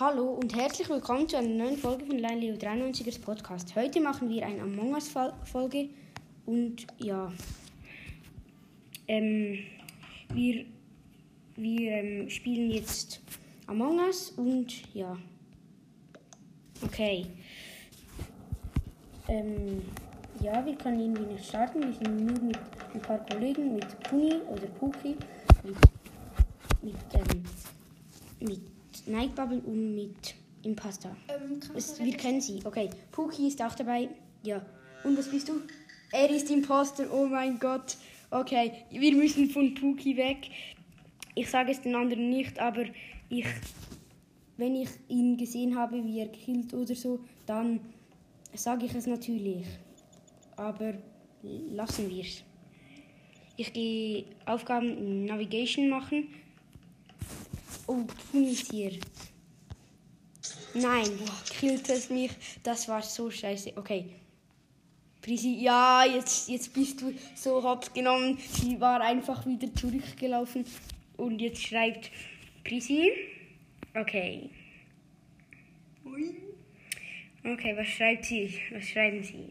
Hallo und herzlich willkommen zu einer neuen Folge von Line Leo 93ers Podcast. Heute machen wir eine Among Us Fol- Folge und ja, ähm, wir, wir ähm, spielen jetzt Among Us und ja, okay. Ähm, ja, wir können irgendwie nicht starten. Wir sind nur mit ein paar Kollegen, mit Puni oder Puki, mit, mit, ähm, mit Nightbubble und mit Impasta. Ähm, kann Es, wir kennen sie. Okay, Puki ist auch dabei. Ja. Und was bist du? Er ist Imposter. Oh mein Gott. Okay, wir müssen von Puki weg. Ich sage es den anderen nicht, aber ich, wenn ich ihn gesehen habe, wie er killt oder so, dann sage ich es natürlich. Aber lassen wir es. Ich gehe Aufgaben in Navigation machen. Oh, Puni ist hier. Nein, boah, killt es mich. Das war so scheiße. Okay. Prisi, ja, jetzt, jetzt bist du so hops genommen. Sie war einfach wieder zurückgelaufen. Und jetzt schreibt Prisi. Okay. Okay, was schreibt sie? Was schreiben sie?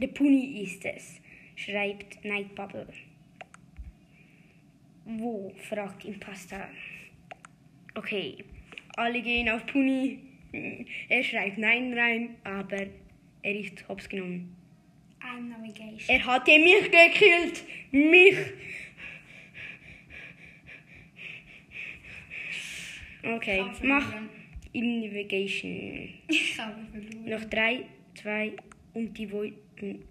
Der Puni ist es, schreibt Nightbubble. Wo? fragt Impasta. Okay, alle gehen auf Puni. Er schreibt Nein rein, aber er ist hops genommen. Ah, Navigation. Er hatte mich gekillt! Mich! Okay, mach Investigation. Ich habe verloren. Noch drei, zwei und die Voten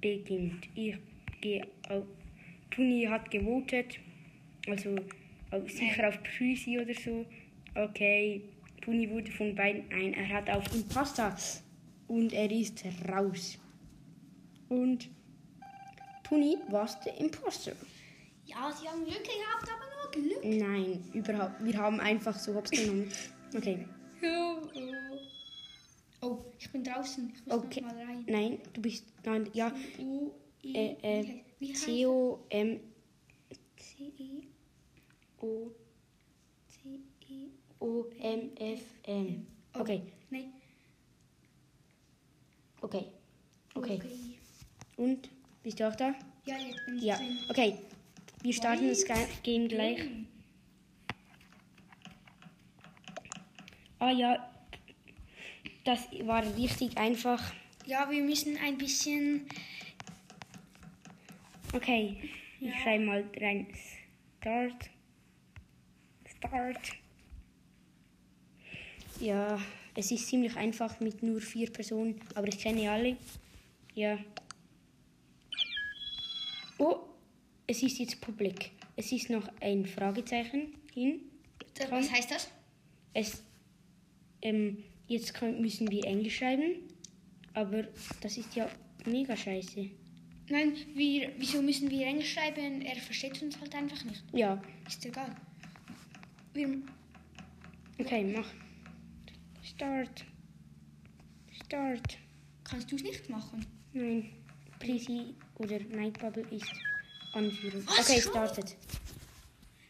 beginnt. Ich gehe auf. Tuni hat gewotet. Also auf, sicher auf Prüsi oder so. Okay. Tuni wurde von beiden. Nein, er hat auf Impasta. Und er ist raus. Und Tuni war der Imposter. Ja, sie haben Glück gehabt, aber nur Glück. Nein, überhaupt. Wir haben einfach so hops genommen. Okay. Oh, ich bin draußen. Ich muss Okay. noch mal rein. Nein, du bist. Nein, ja. U, I, Äh, äh, wie heißt C O M C, E, O C, E. O M F N. Okay, Nein. okay, okay. Und bist du auch da? Ja, jetzt bin ich Ja. drin. Okay, wir starten das Ga- Game gleich. Ah ja, das war richtig einfach. Ja, wir müssen ein bisschen. Okay, ich Ja. schreibe mal rein. Start. Start. Ja, es ist ziemlich einfach mit nur vier Personen, aber ich kenne alle. Ja. Oh, es ist jetzt publik. Es ist noch ein Fragezeichen hin. Was heißt das? Es, ähm, jetzt können, müssen wir Englisch schreiben, aber das ist ja mega scheiße. Nein, wir, wieso müssen wir Englisch schreiben? Er versteht uns halt einfach nicht. Ja, Ist egal. Wir, Okay, mach. Start. Start. kannst du es nicht machen? Nein. Prisi oder Nightbubble ist Anführung. Was? Okay, Schon? startet.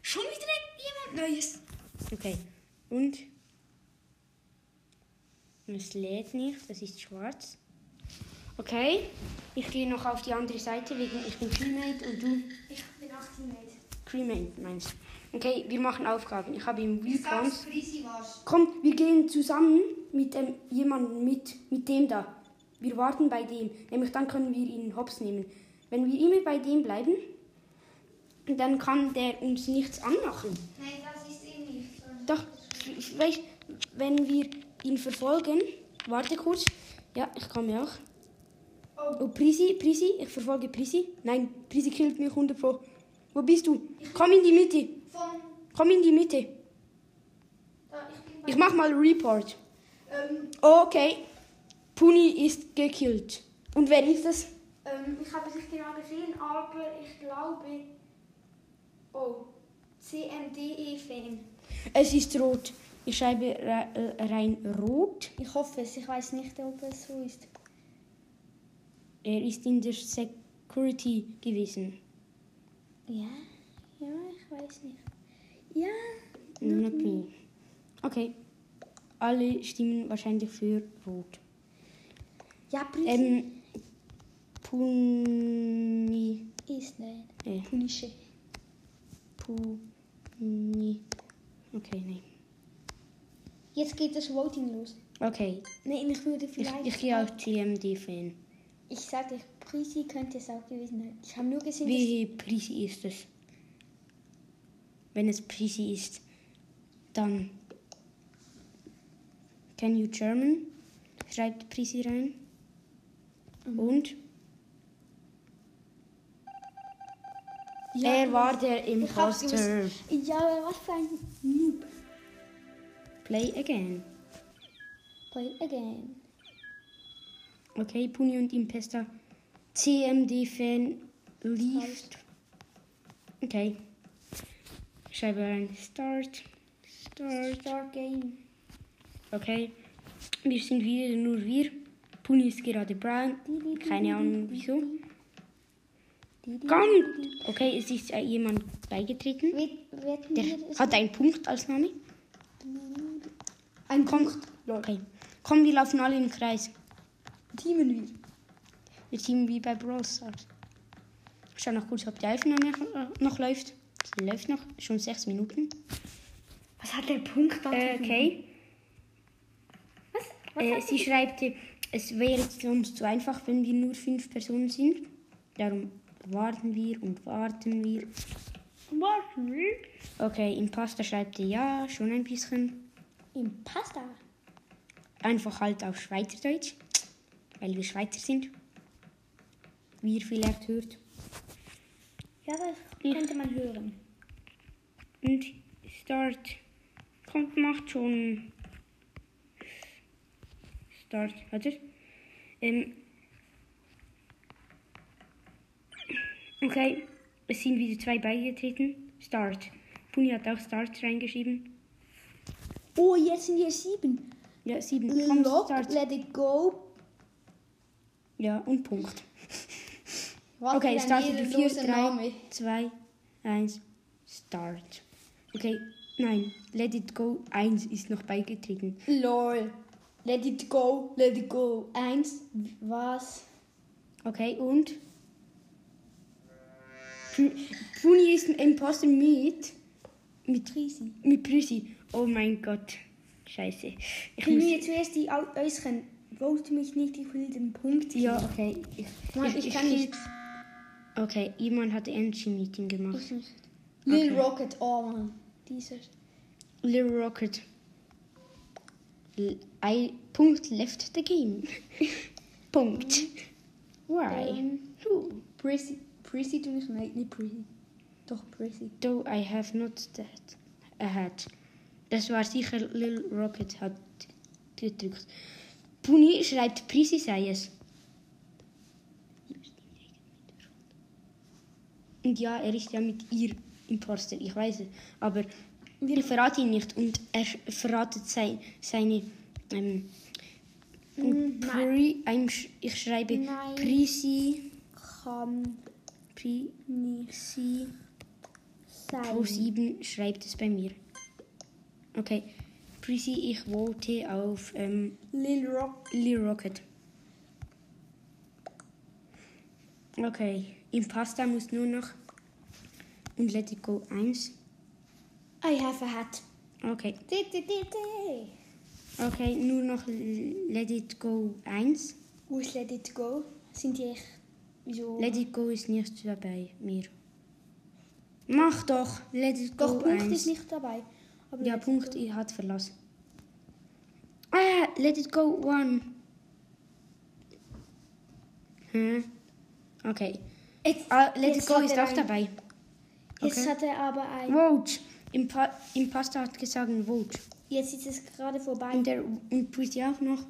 Schon wieder jemand Neues. Okay. Und? Es lädt nicht, das ist schwarz. Okay. Ich gehe noch auf die andere Seite, wegen ich bin Cremate und du Ich bin 18 Meter. Cremate meinst. Okay, wir machen Aufgaben. Ich habe im Wheel Counts- Riesig warst. Kommt, wir gehen zusammen mit ähm, jemandem mit, mit dem da. Wir warten bei dem, nämlich dann können wir ihn hops nehmen. Wenn wir immer bei dem bleiben, dann kann der uns nichts anmachen. Nein, das ist eh nicht. Doch, weißt wenn wir ihn verfolgen, warte kurz. Ja, ich komme auch. Oh, Oh, Prisi, Prisi, ich verfolge Prisi. Nein, Prisi killt mich 100 Pro. Wo bist du? Komm in die Mitte, von. komm in die Mitte. Da, ich bin bei. Ich mach mal Report. Ähm, Okay. Puni ist gekillt. Und wer ist das? ähm, ich habe es nicht genau gesehen, aber ich glaube. Oh. CMDE-Fan. Es ist rot. Ich schreibe re- äh, rein rot. Ich hoffe es, ich weiß nicht, ob es so ist. Er ist in der Security gewesen. Ja? Ja, ich weiß nicht. Ja. Not me. Okay. Alle stimmen wahrscheinlich für Rot. Ja, Brüssel Ähm. Puni. äh, ist nein. Nee. Punische. Puni. Okay, nee. Jetzt geht das Voting los. Okay. Nein, ich würde Ich, vielleicht. ich gehe auch TMD-Fan. Ich sagte, Prisi könnte es auch gewesen sein. Ich habe nur gesehen, Wie Prisi ist es? Wenn es Prisi ist, dann. Can you German? Schreibt Prisi rein. Mhm. Und? dass. Ja, er war der ich hab's Imposter. gewusst. Ja, aber was für ein Noob. Play again. Play again. Okay, Puni und Impesta. CMD-Fan liest. Okay. Schreibe rein. Start. Start. Star Game. Okay. Wir sind wieder nur wir. Puni ist gerade brown. Keine Ahnung wieso. Kommt! Okay, es ist äh, jemand beigetreten. Wetten Der wir es? hat einen Punkt als Name. Ein Komm, okay. Komm, wir laufen alle im Kreis. Teamen wir. Wir teamen wie bei Brawl Stars. Ich schau noch kurz, ob die Aufnahme äh, noch läuft. Sie läuft noch, schon sechs Minuten. Was hat der Punkt da? Äh, okay. Was? Was Äh, hat sie schreibt, äh, es wäre sonst zu einfach, wenn wir nur fünf Personen sind. Darum warten wir und warten wir. Warten wir. Okay, Impasta schreibt ihr ja, schon ein bisschen. Im Pasta. Einfach halt auf Schweizerdeutsch, weil wir Schweizer sind. Wie ihr vielleicht hört. Ja, das könnte man hören. Und Start. Kommt, macht schon. Start. Warte. Ähm. Okay, es sind wieder zwei beigetreten. Start. Puni hat auch Start reingeschrieben. Oh, jetzt sind wir sieben. Ja, sieben. Komm, Lock, Start. let it go. Ja, und Punkt. Was okay, für ein startet die 4, ehrenloser 3, 2, 1, Start. Okay, nein, Let It Go 1 ist noch beigetreten. Lol. Let it go, let it go. Eins, was? Okay, und? Pu- Puni ist ein Imposter mit, Mit Riesen. mit Prüsi. Oh mein Gott, scheiße. Ich Können muss, wir zuerst die Au- äußeren? Wollte mich nicht, ich will den Punkt. ja, okay. Ich, Nein, ich, kann nicht. Okay, jemand hat Energy-Meeting gemacht. Lil Rocket, oh Mann. Dieser. Little Rocket. L I Punkt left the game. Punkt. Why? Ähm, Who? Prissy. Prissy, du nicht? Nein, nicht Prissy. Doch, Prissy. Though I have not that ahead. Das war sicher Lil Rocket hat gedrückt. Puni schreibt Prisi sei es. Und ja, er ist ja mit ihr Imposter, ich weiß es. Aber wir verraten ihn nicht und er verratet sein, seine. Ähm, und Pri, ein, Sch- ich schreibe Nein. Prisi. Kann Prisi. sein. Pro7 schreibt es bei mir. Okay. Prissy, ich vote auf ähm, Lil Rock. Lil Rocket. Okay. Impasta muss nur noch. Und Let It Go 1. I have a hat. Okay. Di, di, di, di. Okay, nur noch Let It Go 1. Wo ist Let It Go? Sind die echt. Wieso? Let It Go ist nicht dabei, mir. Mach doch, Let It Go Doch, Punkt 1. ist nicht dabei. Aber Ja, Let It Punkt, er hat verlassen. Ah, let it go, one. Hm. Okay. Go- Jetzt, Ah, let jetzt it go hat ist er auch ein- dabei. Jetzt Okay. hat er aber ein. Vote. Impa Impasta hat gesagt Vote. Jetzt ist es gerade vorbei. Und, der, und Pussy auch noch.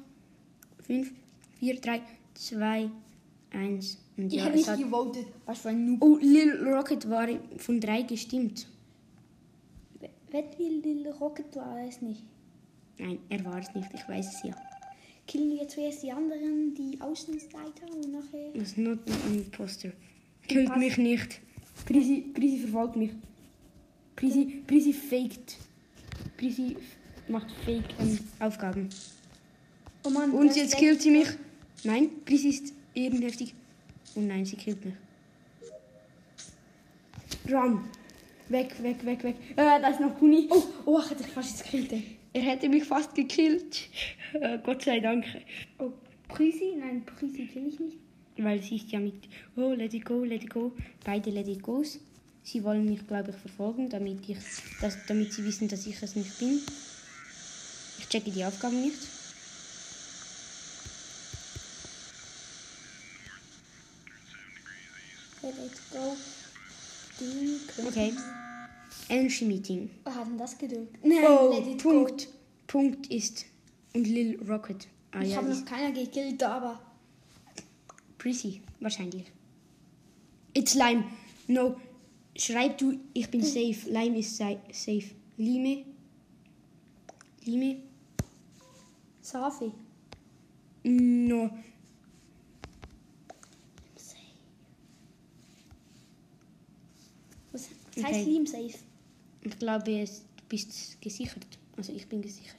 5, 4, 3, 2, 1. Und ja, es hat... gewotet. Was für ein Noob. Oh, Lil Rocket war von 3 gestimmt. Wett wie Lil Rocket war es nicht. Nein, er war es nicht, ich weiß es ja. Killen wir zuerst die anderen, die Außenseiter und nachher. Das ist not ein Imposter. Killt mich nicht. Prisi, Prisi verfolgt mich. Prisi, Prisi faked. Prisi f- macht Fake ähm, Aufgaben. Oh Mann, Und das jetzt ist killt sie mich. Nein, Prisi ist eben heftig. Und nein, sie killt mich. Run. Weg, weg, weg, weg. Äh, da ist noch Kuni. Oh, oh, ich hätte dich fast jetzt gekillt. ey. Er hätte mich fast gekillt. Äh, Gott sei Dank. Oh, Prisi? Nein, Prisi kenne ich nicht. Weil sie ist ja mit Oh, let it go, let it go. Beide let it goes. Sie wollen mich, glaube ich, verfolgen, damit, ich, dass, damit sie wissen, dass ich es nicht bin. Ich checke die Aufgaben nicht. Okay, Let's go. Die Kö- Okay. Energy Meeting. Wer hat denn das gedrückt? Nein, let Oh, it Punkt. Punkt ist. Und Lil Rocket. Ah Go. Ich ja, habe das noch keiner gekillt, aber. Prissy, wahrscheinlich. It's Lime. No. Schreib du, ich Hm. bin safe. Lime ist sa safe. Lime. Lime. Safi. No. Was was Okay. heißt Liam Safe? Ich glaube, es- du bist gesichert. Also ich bin gesichert.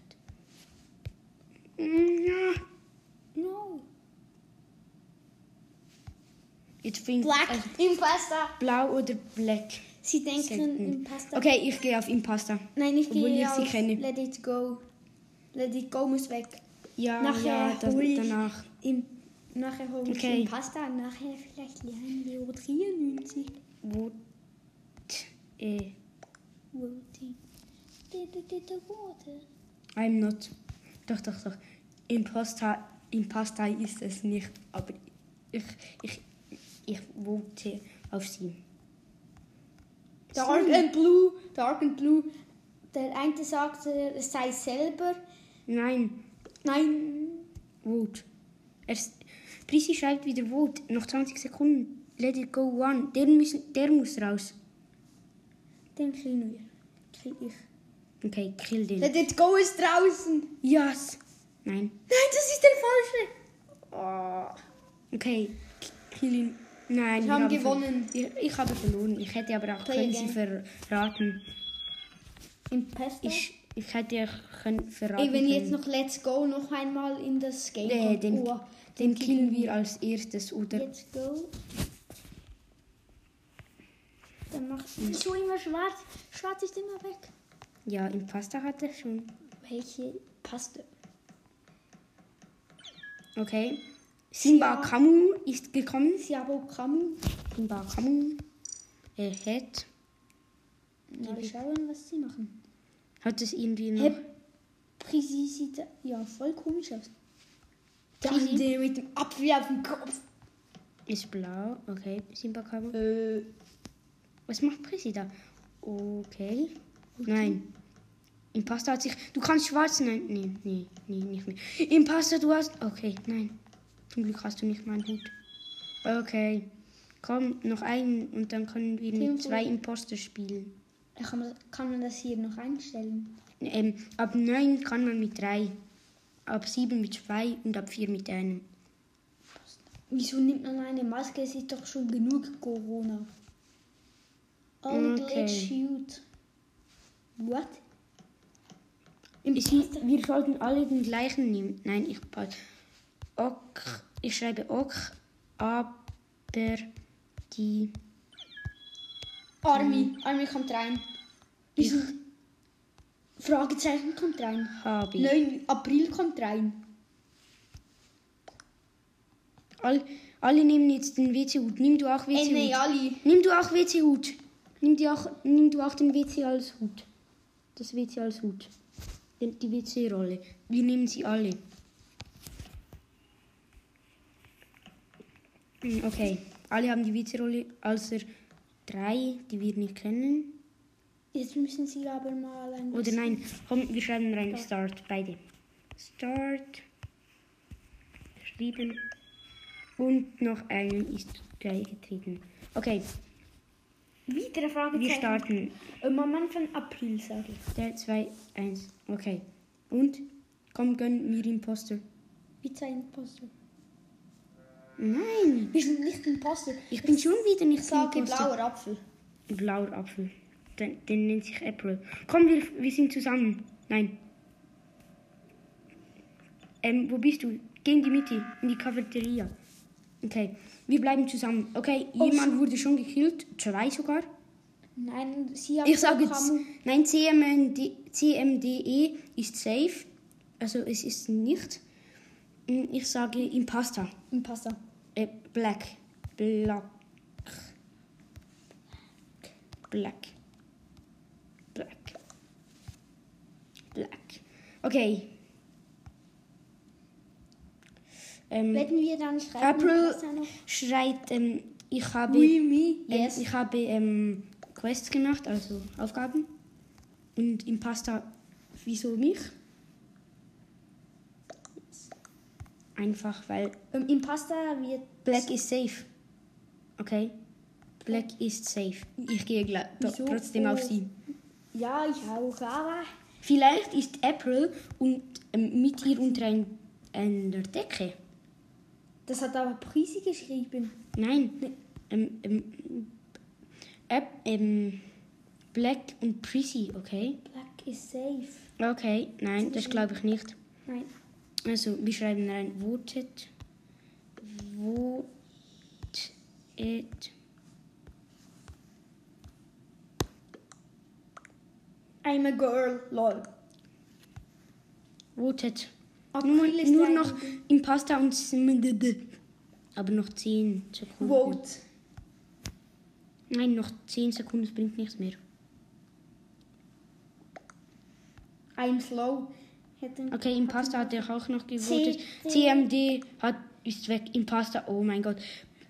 No. Jetzt bin Black Also Impasta. blau oder black. Sie denken Selten. Impasta. Okay, ich gehe auf Impasta. Nein, ich Obwohl gehe ich sie auf kenne. Let it go. Let it go muss weg. Ja, Nachher ja, das, hol ich- danach. Im, nachher hole ich Okay. Impasta und nachher vielleicht lernen wir 93. Wo? Äh, Voting. Water. I'm not. Doch, doch, doch. Impasta, Impasta ist es nicht, aber ich, ich, ich wollte auf sie. Dark and Blue. Dark and Blue. Der eine sagt, äh, es sei selber. Nein, Nein. Wood. Er, s- Prisi schreibt wieder Wood. Noch 20 Sekunden. Let it go one. Der, müssen, der muss raus. Den killen wir. Kill ich. Okay, kill den. Let it go ist draußen. Yes. Nein. Nein, das ist der falsche. Okay, k- kill ihn. Nein, Wir haben gewonnen. ver- Ich, ich habe verloren. Ich hätte aber auch können Play sie verraten. Impasta. Ich, ich hätte auch können verraten. Ey, wenn können. jetzt noch Let's Go noch einmal in das Game Nee, kommt. den, oh, den killen wir als erstes, oder? Let's Go. Dann machst Hm. du. Wieso immer schwarz? Schwarz ist immer weg. Ja, im Pasta hat er schon. Welche Paste? Okay. Simba Kamu ist gekommen. Siabo Kamu. Simba Kamu. Er hat. Mal schauen, was sie machen. Hat es irgendwie noch. Hä? Prisi sieht ja voll komisch aus. Der Prisi? andere mit dem Apfel auf dem Kopf. Ist blau. Okay. Simba Kamu. Äh, Was macht Prissy da? Okay. Nein. Impasta hat sich. Du kannst schwarz. Nein, nee, nee, nee, nicht mehr. Impasta, du hast. Okay, nein. Zum Glück hast du nicht meinen Hut. Okay. Komm, noch einen und dann können wir Team mit zwei Imposter spielen. kann, man, kann man das hier noch einstellen? Ähm, ab 9 kann man mit 3, ab 7 mit 2 und ab 4 mit 1. Wieso nimmt man eine Maske? Es ist doch schon genug Corona. Und Okay. let's shoot. What? Wir sollten alle den gleichen nehmen. Nein, ich pa- ok, ich schreibe ok, aber die Army. Army kommt rein. Wir sind- Fragezeichen kommt rein. habe ich. 9. April kommt rein. All, alle nehmen jetzt den WC-Hut. Nimm du auch WC-Hut. Eneali. Nimm du auch WC-Hut. Nimm, die auch- nimm du auch den WC als Hut. Das WC als Hut. Den- Die WC-Rolle. Wir nehmen sie alle. Hm, Okay, alle haben die WC-Rolle, außer drei, die wir nicht kennen. Jetzt müssen sie aber mal ein Oder nein, komm, wir schreiben rein. Start, beide. Start. Geschrieben. Und noch einen ist beigetreten. Okay, Wieder eine wir Fragezeichen. starten. Am Anfang April, sage ich. 3, 2, 1. Okay. Und? Komm, gönn mir Imposter. Pizza Imposter. Nein, Wir sind nicht Imposter. ich bin schon wieder nicht Ich sage Imposter. blauer Apfel. Blauer Apfel. Den, den nennt sich April. Komm, wir, wir sind zusammen. Nein. Ähm, wo bist du? Geh in die Mitte, in die Cafeteria. Okay, wir bleiben zusammen. Okay, jemand wurde schon gekillt, zwei sogar. Nein, sie hat Ich sage gesagt, jetzt, Kamu- nein, CMD, CMDE E ist safe. Also es ist nicht. Hm, Ich sage Impasta. Impasta. Äh, black. Black. Black. Black. Black. Okay. Ähm, Werden wir dann schreiben? April Impasta noch? schreit, ähm, ich habe... Oui, me, Ähm, yes. Ich habe ähm, Quests gemacht, also Aufgaben. Und im Pasta, wieso mich? Einfach, weil Ähm, Impasta wird... Black is safe. Okay? Black is safe. Ich gehe gla- to- Wieso? trotzdem auf Oh. sie. Ja, ich auch, aber... Vielleicht ist April und, ähm, mit ihr unter ein, einer Decke. Das hat aber Prisi geschrieben. Nein. Ähm, ähm, Ap- ähm, Black und Prissy, okay? Black is safe. Okay, nein, das glaube ich nicht. Nein. Also, wir schreiben rein, votet. Votet. I'm a girl, lol. Votet. Nur, April ist nur der noch Impasta und SMDD. Aber noch 10 Sekunden. Vote. Nein, noch 10 Sekunden, es bringt nichts mehr. I'm slow. Hätte Okay, Impasta hat er auch noch gewotet. C- CMD hat, ist weg. Impasta, oh mein Gott.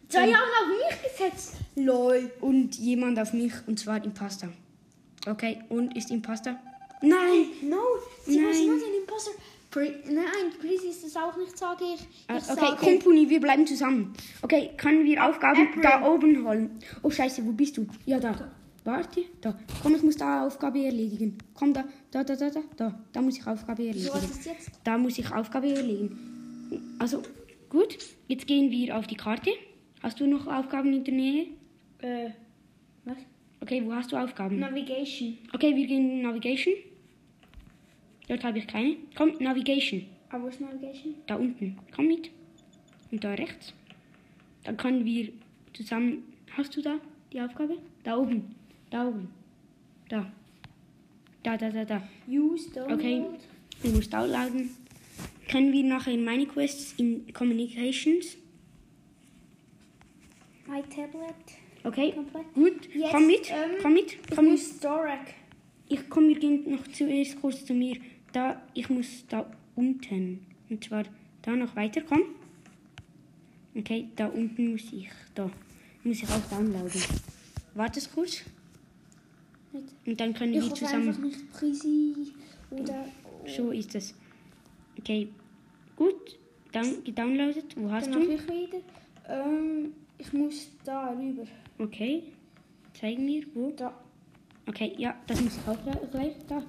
Zwei haben auf mich gesetzt. Lol. Und jemand auf mich, und zwar Impasta. Okay, und ist Impasta? Nein! No, sie Nein. was not an imposter. Pri Nein, Prisi ist es auch nicht, sage ich. Ich Ah, Okay, sage, Kumpuni, wir bleiben zusammen. Okay, können wir Aufgaben Apple. da oben holen? Oh Scheiße, wo bist du? Ja, da. Warte, da. Komm, ich muss da Aufgabe erledigen. Komm, da, da, da, da, da, da. Da muss ich Aufgabe so erledigen. was ist jetzt? Da muss ich Aufgabe erledigen. Also, gut. Jetzt gehen wir auf die Karte. Hast du noch Aufgaben in der Nähe? Äh, was? Okay, wo hast du Aufgaben? Navigation. Okay, wir gehen in Navigation. Dort habe ich keine. Komm, Navigation. Aber was ist Navigation? Da unten. Komm mit. Und da rechts. Dann können wir zusammen. Hast du da die Aufgabe? Da oben. Da oben. Da. Da, da, da, da. Use download. Okay. Du musst downloaden. Können wir nachher in meine Quests in Communications? My tablet. Okay. Komplett. Gut. Jetzt, komm mit. ähm, komm mit. Ich Komm muss Storac. Ich komme, wir gehen noch zuerst kurz zu mir. Da, ich muss da unten. Und zwar da noch weiterkommen. Okay, da unten muss ich, da muss ich auch downloaden. Wartest kurz Nicht. und dann können Ich wir hoffe einfach zusammen. nicht Prisi oder... So ist es. Okay, gut. Dann gedownloadet. Wo hast Dann habe du? ich wieder. Ähm, ich muss da rüber. Okay, zeig mir wo. Da. Okay, ja, das muss ich auch gleich- gleich. Da.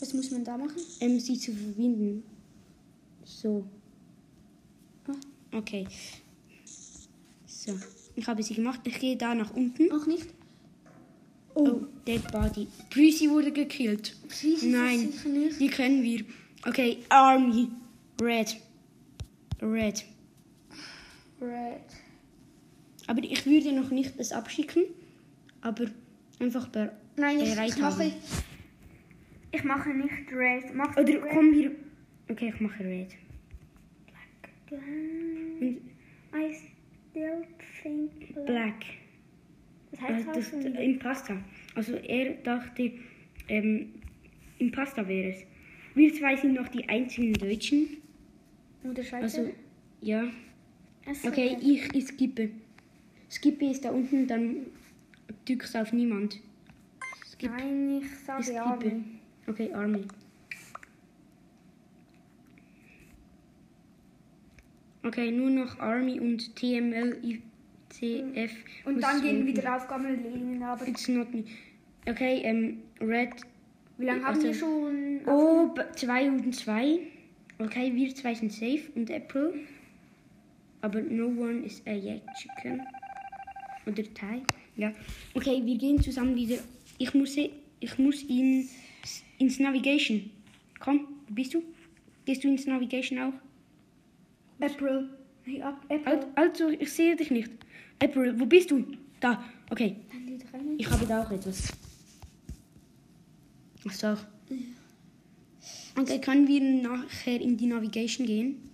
Was muss man da machen? ähm, sie zu verbinden. Ah, So. Okay. So. Ich habe sie gemacht. Ich gehe da nach unten. Auch nicht? Oh, Dead Body. Prissy wurde gekillt. Prissy ist Nein, sicher nicht. die können wir. Okay, Army. Red. Red. Red. Aber ich würde noch nicht es abschicken. Aber einfach bei. Nein, ich, Bereit ich mache. haben. Ich mache nicht Red. Mach Oder Red. komm hier. Okay, ich mache Red. Black. I still think black. Black. Das Äh, heißt auch Das, schon wieder. Impasta. Also er dachte, ähm, Impasta wäre es. Wir zwei sind noch die einzigen Deutschen. Oder Schweizer. Also, ja. Es ist Okay, Red. ich, ich skippe. Skippe ist da unten, dann drückst du auf niemand. Nein, ich Ich sage ja. skippe. Okay, Army. Okay, nur noch Army und TML, ICF. Und dann gehen wieder Aufgaben erledigen. Aber It's not me. Okay, ähm, Red wie lange haben Also- wir schon? Oh, 2 und 2. Okay, wir zwei sind safe und April. Aber no one is a yet chicken. Oder Thai. Ja. Okay, wir gehen zusammen wieder. Ich eh, muss, ich muss ihn ins Navigation. Komm, wo bist du? Gehst du ins Navigation auch? April. Nein, Ap- April. Al- Also, ich sehe dich nicht. April, wo bist du? Da, okay. Nein, die drei nicht. Ich habe da auch etwas. Ach so. Okay, können wir nachher in die Navigation gehen?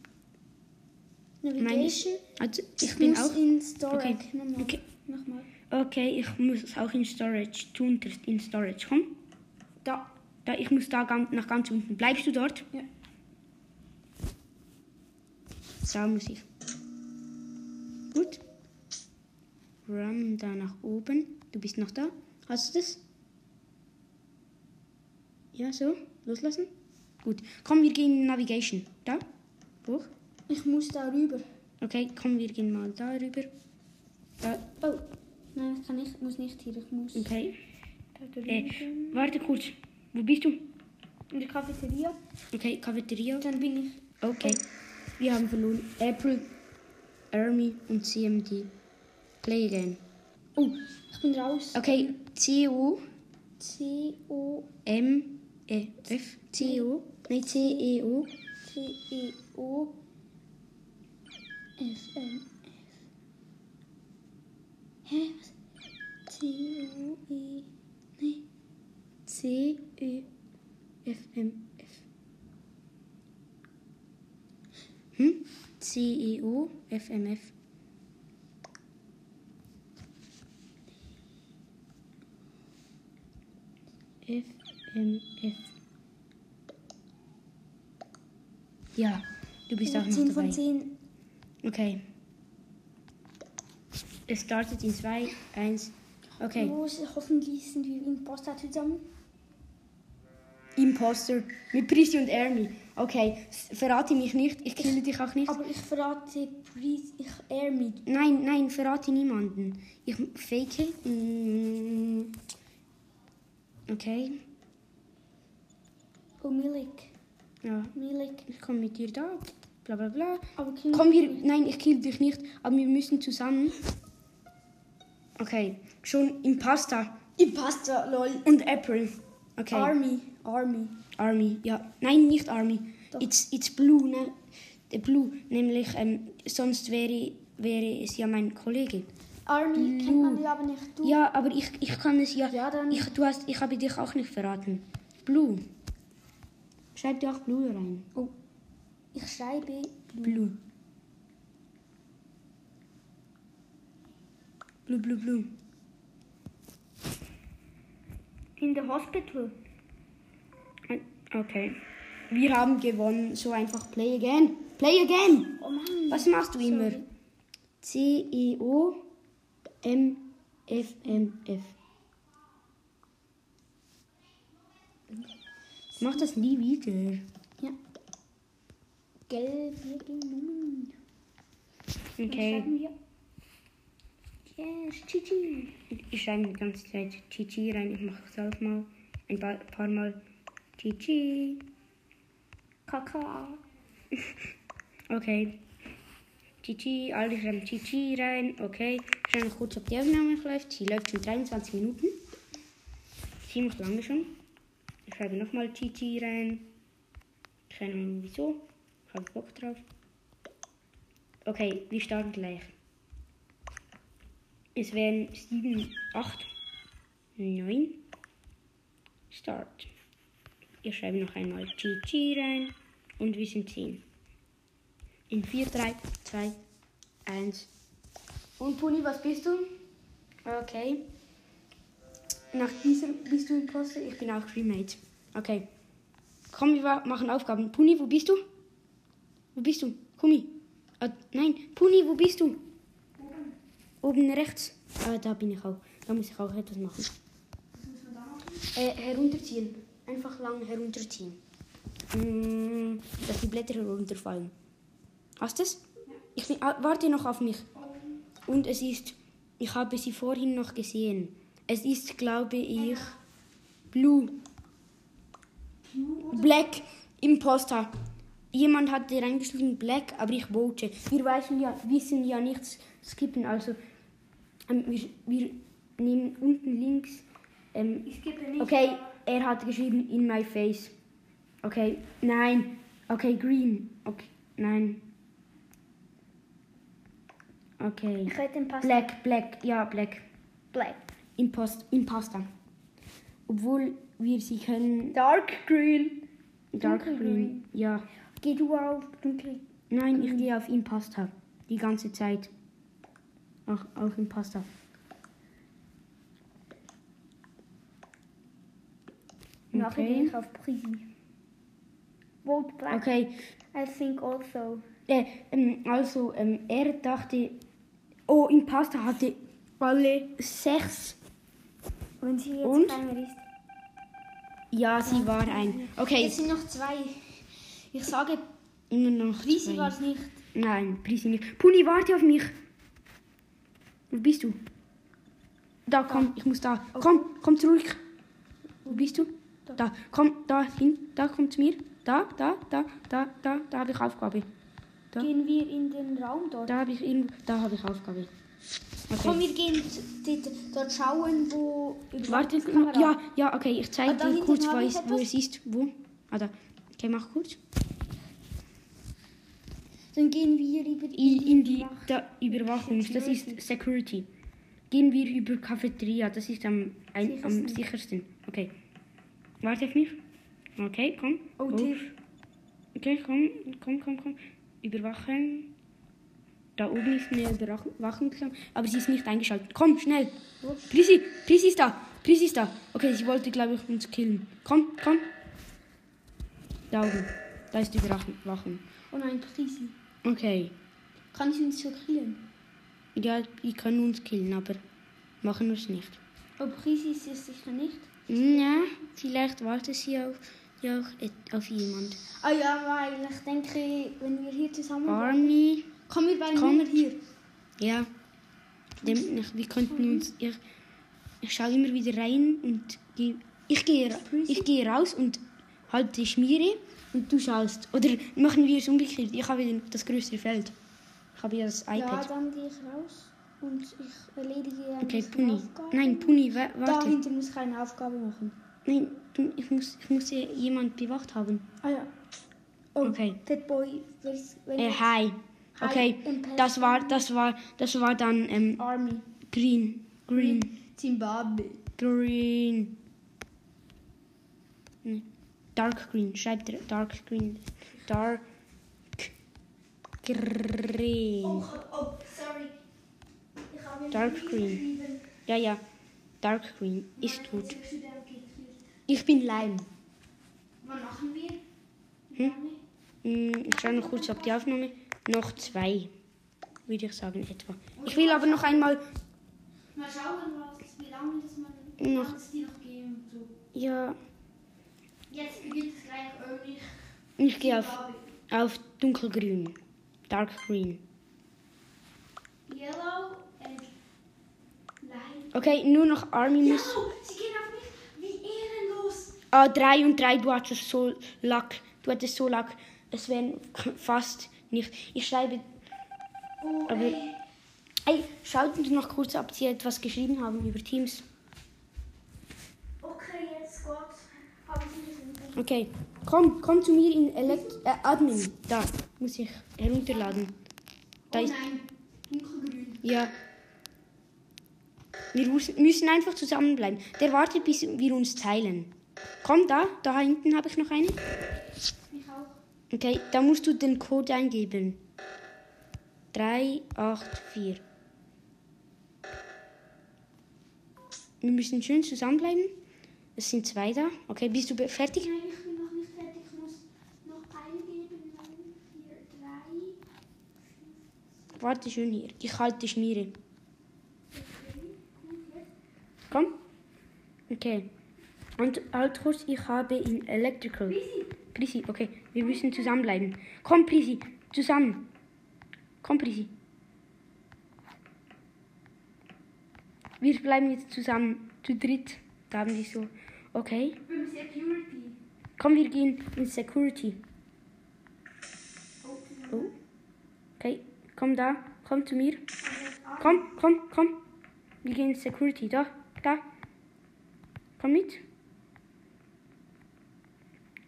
Navigation. Also, ich bin muss auch... in Storage. Okay. Nochmal. Okay. Nochmal. Okay, ich muss auch in Storage. Du unterst in Storage. Komm. Da. Da, ich muss da gan- nach ganz unten. Bleibst du dort? Ja. Da muss ich. Gut. Run da nach oben. Du bist noch da. Hast du das? Ja, so. Loslassen. Gut. Komm, wir gehen in Navigation. Da. Hoch. Ich muss da rüber. Okay, komm, wir gehen mal da rüber. Da. Oh. Nein, ich kann nicht. muss nicht hier. Ich muss. Okay. Da drüben. Äh, warte kurz. Wo bist du? In der Cafeteria. Okay, Cafeteria. Dann bin ich. Okay, wir haben verloren. April, Army und CMD. Play again. Oh. Ich bin raus. Okay, C-O, C-O-T-E-O. M, E, F, C-O, nein, C-E-O. E F M F. Hä? Was? T-O-E. E Nee. C, E, F, M, F. Hm? C-E-O, F, M, F. F, M, F. Ja, du bist auch noch 10 dabei. von 10. Okay. Es startet in 2, 1. Okay. Los, hoffentlich sind wir in Posta zusammen. Imposter. Mit Prisi und Ermi. Okay. s- Verrate mich nicht. Ich kenne dich auch nicht. Aber ich verrate Pris, ich ehr mich. Nein, nein, verrate niemanden. Ich m- fake. Mm. Okay. Oh, Milik. Ja. Milik. Ich komme mit dir da. Bla bla bla. Aber Kim, Komm, wir. Nein, ich kill dich nicht. Aber wir müssen zusammen. Okay. Schon Impasta Impasta, lol. und April. Okay. Army. Army. Army, ja. Nein, nicht Army. Doch. It's, it's Blue, ne? Der Blue, nämlich, ähm, sonst wäre, wäre es ja mein Kollege. Army kennt man die aber nicht. Du. Ja, aber ich, ich kann es ja. Ja, dann- ich, du hast, ich habe dich auch nicht verraten. Blue. Schreib dir auch Blue rein. Oh. Ich schreibe. Blue. Blue, blue, blue. In der Hospital. Okay. Wir haben gewonnen. So einfach play again. Play again! Oh Mann. Was machst du immer? C-E-O-M-F-M-F. Mach das nie wieder. Ja. Gelb hier genommen. Okay, Schreiben wir. Yes, GG. ich schreibe die ganze Zeit GG rein. Ich mache es auch mal. Ein paar, paar Mal GG. Kaka. Okay. GG, alle schreiben GG rein. Okay, schauen wir kurz, ob die Aufnahme noch läuft. Sie läuft schon 23 Minuten. Ziemlich lange schon. Ich schreibe nochmal GG rein. Keine Ahnung wieso. Hab Bock drauf. Okay, wir starten gleich. Es werden 7, 8, 9. Start. Ich schreibe noch einmal GG rein. Und wir sind 10. In 4, 3, 2, 1. Und Puni, was bist du? Okay. Nach dieser bist du Imposter? Ich bin auch Crewmate. Okay. Komm, wir wa- machen Aufgaben. Puni, wo bist du? Wo bist du? Kumi. Ah, nein, Puni, wo bist du? Oben rechts. Ah, da bin ich auch. Da muss ich auch etwas machen. Äh, herunterziehen. Einfach lang herunterziehen. Mm, dass die Blätter herunterfallen. Hast du es? Ich bin, ah, warte noch auf mich. Und es ist, ich habe sie vorhin noch gesehen. Es ist, glaube ich, Blue. Black Imposter. Jemand hat dir reingeschrieben Black, aber ich vote. Wir wissen ja, wissen ja nichts skippen, also ähm, wir, wir nehmen unten links Ähm, Ich gebe nicht. okay, er hat geschrieben in my face. Okay, nein. Okay, green. Okay, nein. Okay. Ich hätte den Pass. Black, black, ja, black. Black. Impost, Imposter. Obwohl wir sie können. Dark Green. Dark Dunkelgrün. green. Ja. Geh du auf dunkel. Nein, ich gehe auf Impasta. Die ganze Zeit. Ach, auf Impasta. Nachher Okay. gehe ich auf Pretty. Vote Black. Okay, I think also. äh, ähm, also ähm, er dachte, oh, Impasta hatte alle sechs. Wenn sie jetzt Und? kleiner ist. Ja, sie war ein. Okay, Es sind noch zwei. Ich sage, nur noch. Risi zwei. war es nicht. Nein, Prisi nicht. Puni, warte auf mich. Wo bist du? Da, komm, ich muss da. Komm, komm zurück. Wo bist du? Da, komm, da hin, da, komm zu mir. Da, da, da, da, da, da habe ich Aufgabe. Ja. Gehen wir in den Raum dort. Da habe ich irgendwo, da habe ich Aufgabe. Komm, Okay. wir gehen dort, dort schauen, wo. Warte, Dus ja, ja, okay, ich zeige Ah, da dir hinten kurz, wo, habe ich es- wo etwas. es ist. Wo? Ah, da. Okay, mach kurz. Dann gehen wir über in, in die da, Überwachung, das ist Security. Gehen wir über Cafeteria, das ist am, ein, am sichersten. Okay. Warte auf mich. Okay, komm. Oh, Auf. Tisch. Okay, komm, komm, komm, komm. Überwachen. Da oben ist eine Überwachung, aber sie ist nicht eingeschaltet. Komm, schnell. Prisi, Prisi ist da. Prisi ist da. Okay, sie wollte, glaube ich, uns killen. Komm, komm. Da oben. Da ist die Überwachung. Oh nein, Risi. Okay. Kann ich uns so killen? Ja, die können uns killen, aber machen es nicht. Aber Risi ist es sicher nicht. Na, vielleicht warten sie auch, ja auch et- auf jemand. Ah ja, weil ich denke, wenn wir hier zusammen. Army, Komm, wir bleiben Kommt. immer hier. ja. Dem, ich, wir könnten uns. Ich, ich schaue immer wieder rein und geh, ich gehe ich gehe raus und halte Schmiere und du schaust. Oder machen wir es umgekehrt. Ich habe wieder das größere Feld. Ich habe ja das Ja, iPad. dann gehe ich raus und ich erledige ein okay, bisschen Puni. Aufgaben. Nein, Puni, wa- Da warte. hinten muss ich eine Aufgabe machen. Nein, du- ich muss, ich muss hier jemand bewacht haben. Ah ja. Oh, Okay. Fat Boy, wer ist- wer Äh, ist- hi. Hi, Okay, Imperson. das war, das war, das war dann ähm, Army. Hm. green, green, Zimbabwe. green. Nee, Dark green, schreibt er- dark green, dark green, oh, sorry. Ich habe dark green. Ja, ja, dark green ist gut. Was Ich bin Leim. machen wir? Hm, Ich schaue noch kurz auf die Aufnahme. Noch zwei, würde ich sagen, etwa. Ich will aber noch einmal Mal schauen, was, wie lange das man Noch- kann es die noch geben. So. Ja, Jetzt beginnt es gleich irgendwie. ich gehe auf, Zimbabwe. auf dunkelgrün. Dark green. Yellow and light. Okay, nur noch Army muss. Yellow! Sie gehen auf mich! nou Wie ehrenlos! Ah, 3 und 3, du hattest so Lack. Du hattest so Lack. Es wären fast nicht. Ich schreibe. Oh, Aber- ey. Ey, schaut uns noch kurz, ob sie etwas geschrieben haben über Teams. Okay, jetzt Gott. Habe ich nicht gesehen. Okay, komm, komm zu mir in Elekt äh, Admin. Da muss ich herunterladen. Da Oh ist. nein, dunkelgrün. Ja. Wir mus- müssen einfach zusammenbleiben. Der wartet, bis wir uns teilen. Komm, da, da hinten habe ich noch einen. Mich auch. Okay, da musst du den Code eingeben. 384. Wir müssen schön zusammenbleiben. Es sind zwei da. Okay, bist du be- fertig? Nein, ich bin noch nicht fertig. Ich muss noch eingeben. 9, 4, 3. Warte schön hier. Ich halte die Schmiere. Komm. Okay. Und halt kurz, ich habe in Electrical. Prisi, okay. Wir müssen zusammenbleiben. Komm, Prisi, zusammen. Komm, Prisi. Wir bleiben jetzt zusammen, zu dritt. Da haben wir so. Okay. Beim Security. Komm, wir gehen in Security. Oh. Okay, komm da, komm zu mir. Komm, komm, komm. Wir gehen in Security, da, da. Komm mit.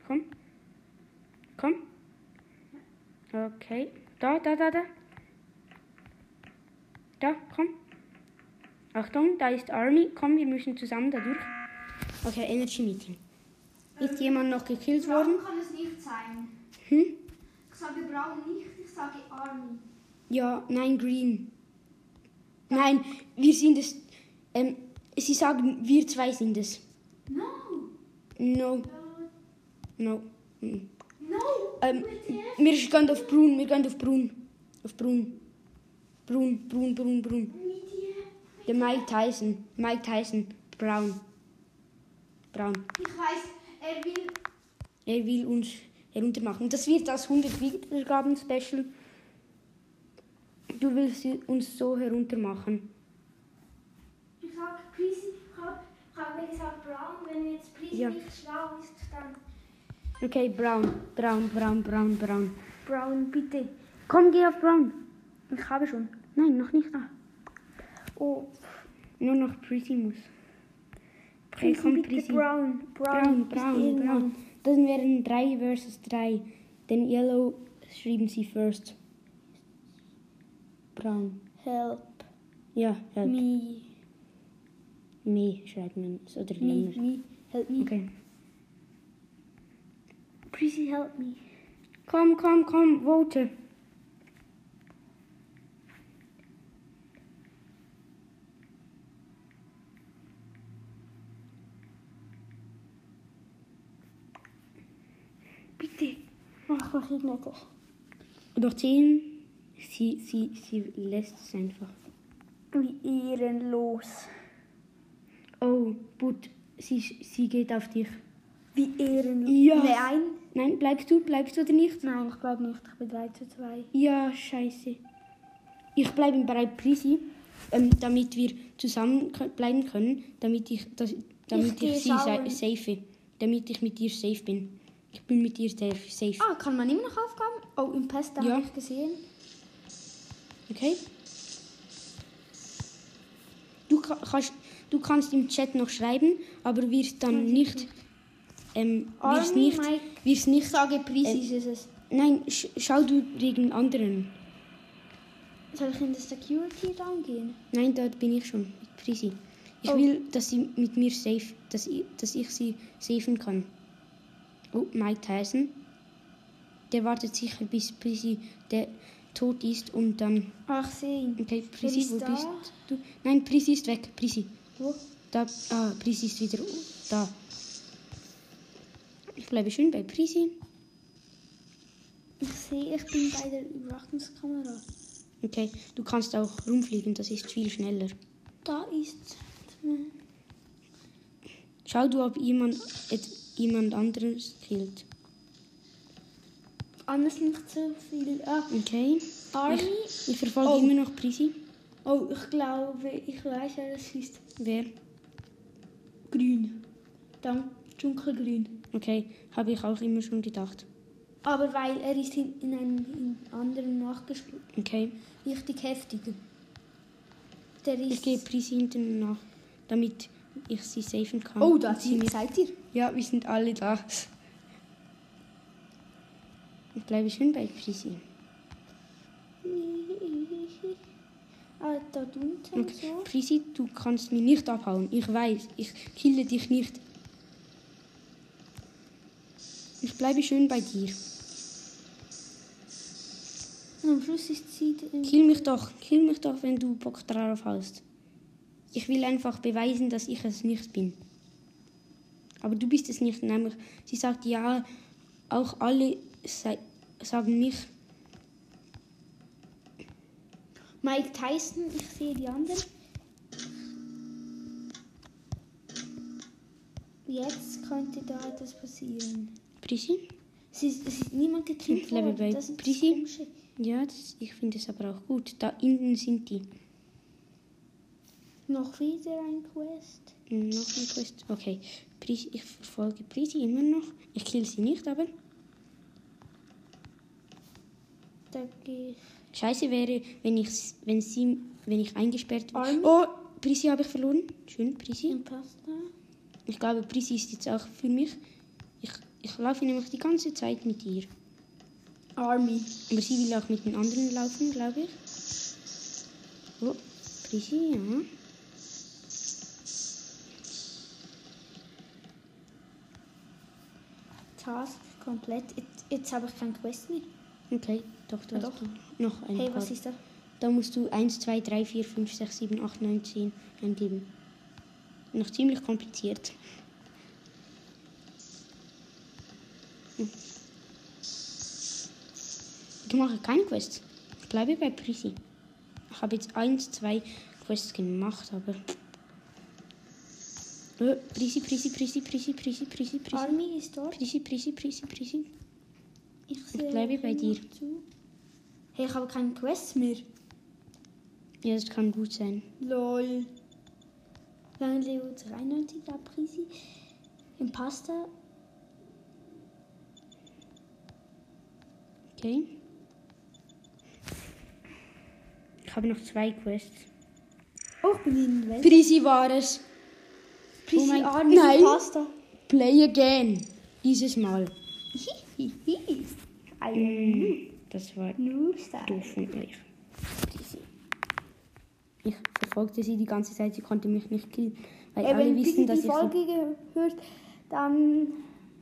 Komm. Komm. Okay. Da, da, da, da. Da, komm. Achtung, da ist Army. Komm, wir müssen zusammen da durch. Okay, Energy Meeting. Ist jemand noch gekillt worden? Braun kann es nicht sein. Hm? Ich sage Braun nicht, ich sage Army. Ja, nein, Green. Nein, wir sind es. Ähm, sie sagen, wir zwei sind es. No! No, no. Mm. No! Ähm, wir gehen auf Brun, wir gehen auf Brun. Auf Brun. Brun, Brun, Brun, Brun. Media. Der Mike Tyson. Mike Tyson. Brown. Brown. Ich weiß, er will. Er will uns heruntermachen. Und das wird das 100 Wiedergaben-Special. Du willst uns so heruntermachen. Ich sage Prisi. Ich habe hab mir gesagt Braun. Wenn jetzt Prisi Ja. nicht schlau ist, dann. Okay, Brown. Brown, Brown, Brown, Brown. Braun, bitte. Komm, geh auf Brown. Ich habe schon. Nein, noch nicht. Ah. Oh, Nur noch Prissy muss. Okay, komm, Prissy. Braun. Brown, Brown, Brown. Das wären 3 versus 3. Denn Yellow schrieben sie first. Brown. Help Ja, help. Me, me. schreibt man es. Oder Me, länger. me. Help me. Okay. Prissy, help me. Komm, komm, komm, vote. Bitte. Ach, mach ich nicht. Noch 10. Sie, sie, sie lässt es einfach. Wie ehrenlos. Oh, but, sie, sie geht auf dich. Wie ehrenlos. Ja. Nein. Nein, bleibst du, bleibst du oder nicht? Nein, ich glaube nicht. Ich bin 3 zu 2. Ja, scheiße. Ich bleibe im Bereich Prisi, ähm, damit wir zusammen kö- bleiben können, damit ich, das, damit gehe ich, sie sa schauen. safe, damit ich mit dir safe bin. Ich bin mit dir safe. safe. Ah, kann man immer noch Aufgaben? Oh, im Pesta Ja. habe ich gesehen. Okay? Du, ka- kannst, du kannst im Chat noch schreiben, aber wirst dann nicht, ähm, wirst Army, nicht, Mike. wirst nicht, Ich sage, Äh. Prisi ist es. nein, sch schau du wegen anderen. Soll ich in den Security Raum gehen? Nein, dort bin ich schon mit Prisi. Ich Oh. will, dass sie mit mir safe, dass ich, dass ich sie safen kann. Oh, Mike Tyson. Der wartet sicher, bis Prisi der tot ist und dann. Ach, sehen. Okay, Prisi, ist wo da? bist du? Nein, Prisi ist weg. Prisi. Wo? Da, ah, Prisi ist wieder da. Ich bleibe schön bei Prisi. Ich sehe, ich bin bei der Überwachungskamera. Okay, du kannst auch rumfliegen, das ist viel schneller. Da ist. Schau du, ob jemand, et- jemand anderes killt. Anders nicht so viel. Ah, Okay. Army? Ich verfolge Oh. immer noch Prisi. Oh, ich glaube, ich weiß, wer es ist. Wer? Grün. Dann dunkelgrün. Okay, habe ich auch immer schon gedacht. Aber weil er ist in, in einem in anderen nachgespielt. Okay, Richtig heftiger. Der ich ist. gehe Prisi hinten nach, damit ich sie safen kann. oh, da sie mir. seid ihr. Ja, wir sind alle da. Ich bleibe schön bei Prisi. Ah, da unten Okay. so. Prisi, du kannst mich nicht abhauen. Ich weiß, ich kille dich nicht. Ich bleibe schön bei dir. Und am Schluss ist ähm, sie. in- Kill mich doch, kill mich doch, wenn du Bock drauf hast. Ich will einfach beweisen, dass ich es nicht bin. Aber du bist es nicht, nämlich sie sagt ja, auch alle sei, sagen mich. Mike Tyson, ich sehe die anderen. Jetzt könnte da etwas passieren. Prisi? Es ist, es ist niemand gekillt Ich glaube, worden. bei Das ist das Prisi- Komische. Ja, das, ich finde es aber auch gut. Da innen sind die. Noch wieder ein Quest. Hm, Noch ein Quest. Okay, Prisi, ich verfolge Prisi immer noch. Ich kill sie nicht, aber Da gehe ich. scheiße wäre, wenn ich, wenn sie, wenn ich eingesperrt Arm? Oh, Prisi habe ich verloren. Schön, Prisi. Impasta. Ich glaube, Prisi ist jetzt auch für mich. Ich, ich laufe nämlich die ganze Zeit mit ihr. Army. Aber sie will auch mit den anderen laufen, glaube ich. Oh, Prisi, ja. Task komplett. Jetzt, jetzt habe ich keine Quest mehr. Okay, doch, du Ja, hast doch. du- noch ein Hey, paar. was ist das? Da musst du 1, 2, 3, 4, 5, 6, 7, 8, 9, 10 eingeben. Noch ziemlich kompliziert. Hm. Ich mache keine Quests. Ich bleibe bei Prissy. Ich habe jetzt 1, 2 Quests gemacht, aber... Äh, Prissy, Prissy, Prissy, Prissy, Prissy, Prissy, Prissy. Army ist dort. Prissy, Prissy, Prissy, Prissy. sehe bleibe auch bei dir. immer Zu. Hey, ich habe keine Quest mehr. Ja, das kann gut sein. Lol. Lange Leo 93 Aprisi. Impasta. Okay. Ich habe noch zwei Quests. Auch bin Oh, ich in Welt. Prisi war es. Prisi mein- Army Nein. Impasta. Play again. Dieses Mal. Mhm. Das war Noob Style. doof von euch. Prisi. Ich verfolgte sie die ganze Zeit. Sie konnte mich nicht killen. Weil Ey, alle wenn wissen, Prisi dass die ich so... Folge gehört, dann.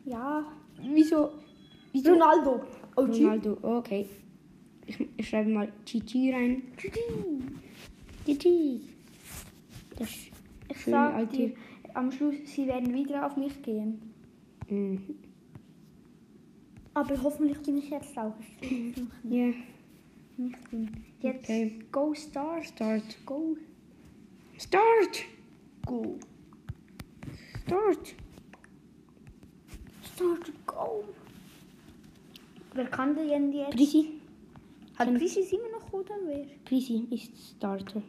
Ja. Wieso? Wieso? Ronaldo. Oh, tschüss. Ronaldo. Okay. Ich, ich schreibe mal GG rein. GG. Das Ich Schöne sag alte- dir, am Schluss, sie werden wieder auf mich gehen. Mhm. Aber hoffentlich bin ich jetzt auch. Ja. Nicht bin. Jetzt Okay. go Stars, Start. go. Start! Go. Start! Start, go. Wer kann denn jetzt? Prisi. Hat Prisi ist immer noch gut am Wehr. Prisi ist Starter.